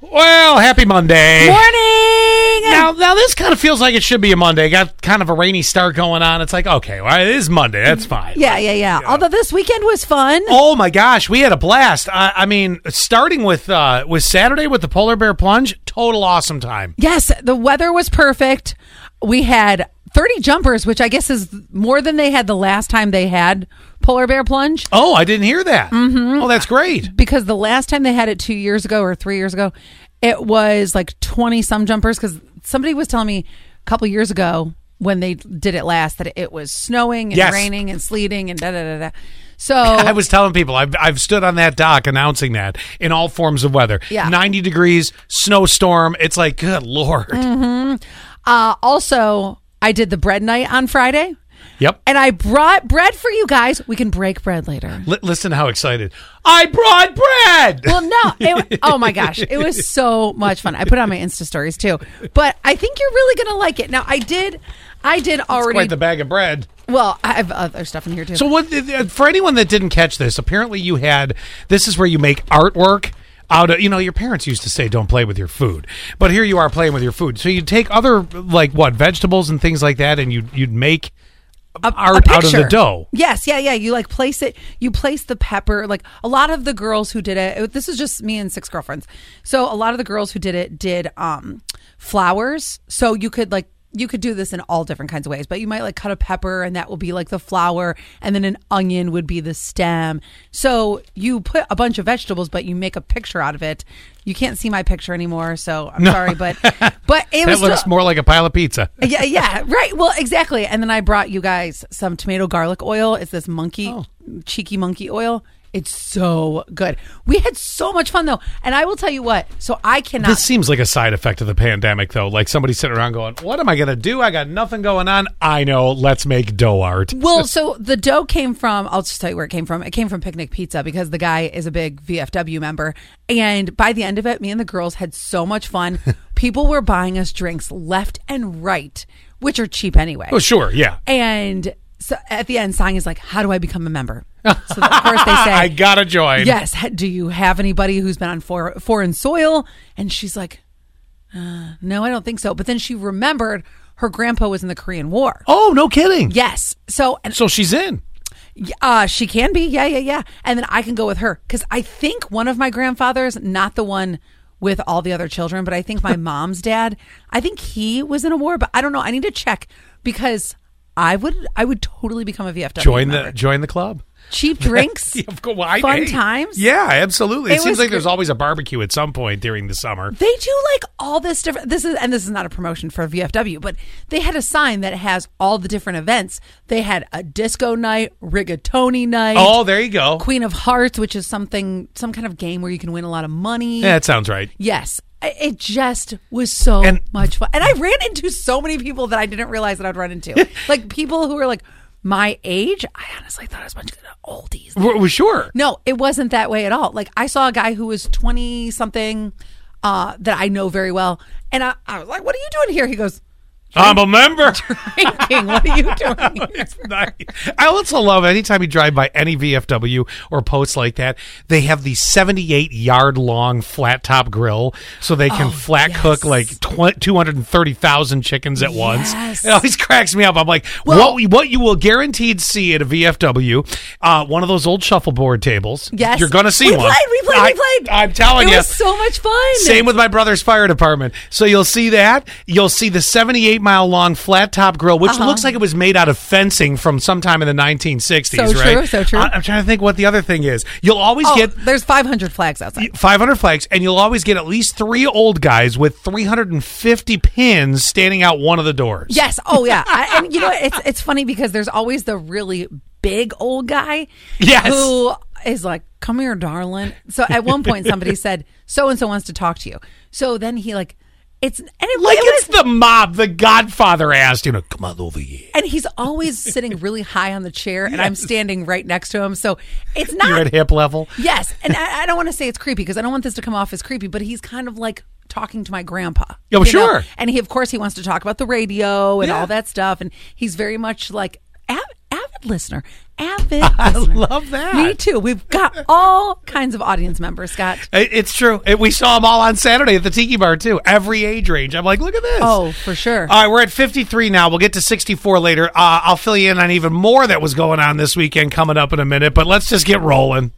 Well, happy Monday. Morning. Now, now this kind of feels like it should be a Monday. Got kind of a rainy start going on. It's like, okay, well, it is Monday. That's fine. Yeah, yeah, yeah, Although this weekend was fun. Oh my gosh, we had a blast. I, I mean, starting with uh, with Saturday with the polar bear plunge, total awesome time. Yes, the weather was perfect. We had 30 jumpers, which I guess is more than they had the last time they had polar bear plunge. Oh, I didn't hear that. Mm-hmm. Oh, that's great. Because the last time they had it two years ago or three years ago, it was like 20 some jumpers. Because somebody was telling me a couple years ago when they did it last that it was snowing and Yes. raining and sleeting and da da da da. So I was telling people I've, I've stood on that dock announcing that in all forms of weather. Yeah. 90 degrees, snowstorm. It's like, good Lord. Mm. Uh, also, I did the bread night on Friday, Yep. and I brought bread for you guys. We can break bread later. Li- listen to how excited. I brought bread. Well, no. It, oh my gosh, it was so much fun. I put it on my Insta stories too, but I think you're really gonna like it. Now, I did, I did already. Quite the bag of bread. well, I have other stuff in here too. So what? uh, For anyone that didn't catch this, apparently you had this is where you make artwork out of. You know, your parents used to say don't play with your food, but here you are playing with your food. So you take other like what vegetables and things like that, and you you'd make art out of the picture. dough. Yes, yeah, yeah. You like place it. You place the pepper. Like a lot of the girls who did it, it- This is just me and six girlfriends. So a lot of the girls who did it did um flowers. So you could like you could do this in all different kinds of ways. But you might like cut a pepper, and that will be like the flower, and then an onion would be the stem. So you put a bunch of vegetables, but you make a picture out of it. You can't see my picture anymore, so I'm sorry, but but it That was looks still- more like a pile of pizza. yeah, yeah, right. Well, exactly. And then I brought you guys some tomato garlic oil. It's this monkey, Oh. cheeky monkey oil. It's so good. We had so much fun though, and I will tell you what. So I cannot. This seems like a side effect of the pandemic, though. Like somebody sitting around going, "What am I gonna do? I got nothing going on. I know. Let's make dough art." well, so the dough came from. I'll just tell you where it came from. It came from Picnic Pizza because the guy is a big VFW member, and by the end of it, me and the girls had so much fun. People were buying us drinks left and right, which are cheap anyway. Oh, sure, yeah. And so at the end, Sang is like, "How do I become a member?" So of course they say, Ah, I gotta join. Yes. ha- Do you have anybody who's been on for, foreign soil? And she's like, uh, no, I don't think so. But then she remembered her grandpa was in the Korean War. Oh, no kidding. Yes. So and, So she's in. uh, she can be. Yeah, yeah, yeah. And then I can go with her because I think one of my grandfathers, not the one with all the other children, but I think my mom's dad, I think he was in a war, but I don't know. I need to check because I would I would totally become a VFW. Join the member. join the club. cheap drinks. Yeah, of course. Well, I- fun hey. times. Yeah, absolutely. It, It seems was like gr- there's always a barbecue at some point during the summer. They do like all this different. This is and this is not a promotion for VFW, but they had a sign that has all the different events. They had a disco night, rigatoni night, Oh, there you go. Queen of Hearts, which is something some kind of game where you can win a lot of money. Yeah, that sounds right. Yes, I- it just was so And- much fun, and I ran into so many people that I didn't realize that I'd run into, like people who were like my age. I honestly thought I was a bunch of oldies. Well, sure. No, it wasn't that way at all. Like I saw a guy who was twenty something uh, that I know very well, and I, I was like, "What are you doing here?" He goes, I'm a member. "Drinking. what are you doing?" here?" It's nice. I also love anytime you drive by any VFW or posts like that, they have the 78 yard long flat top grill so they can flat Oh, yes. cook like tw- 230,000 chickens at Yes. once. It always cracks me up. I'm like, Well- what, we- what you will guaranteed see at a VFW, uh, one of those old shuffleboard tables. Yes, You're going to see we one. Played, we played. I, we played. I'm telling it you. was so much fun. Same with my brother's fire department. So you'll see that. You'll see the 78 mile long flat top grill, Uh-huh. which looks like it was made out of fencing from sometime in the 1960s, So true, right? so true. I, am trying to think what the other thing is. You'll always Oh, get. there's 500 flags outside. 500 flags, and you'll always get at least three old guys with 350 pins standing out one of the doors. Yes. Oh yeah. I, and you know what? it's it's funny because there's always the really big old guy Yes. who is like, "Come here, darling." So at one point somebody said, "So and so wants to talk to you." So then he like it's and it, Like it was, it's the mob, the Godfather asked, you know, come on over here. and he's always sitting really high on the chair and I'm standing right next to him. So it's not You're at hip level. Yes, and I, I don't want to say it's creepy because I don't want this to come off as creepy, but he's kind of like talking to my grandpa. Yeah, well, you know? Oh, sure. And he, of course, he wants to talk about the radio and Yeah. all that stuff, and he's very much like av- avid listener, avid. I listener. love that. Me too. We've got all kinds of audience members, Scott. It- It's true. It- We saw them all on Saturday at the Tiki Bar too. Every age range. I'm like, look at this. Oh, for sure. All right, we're at 53 now. We'll get to 64 later. Uh, I'll fill you in on even more that was going on this weekend coming up in a minute. But let's just get rolling.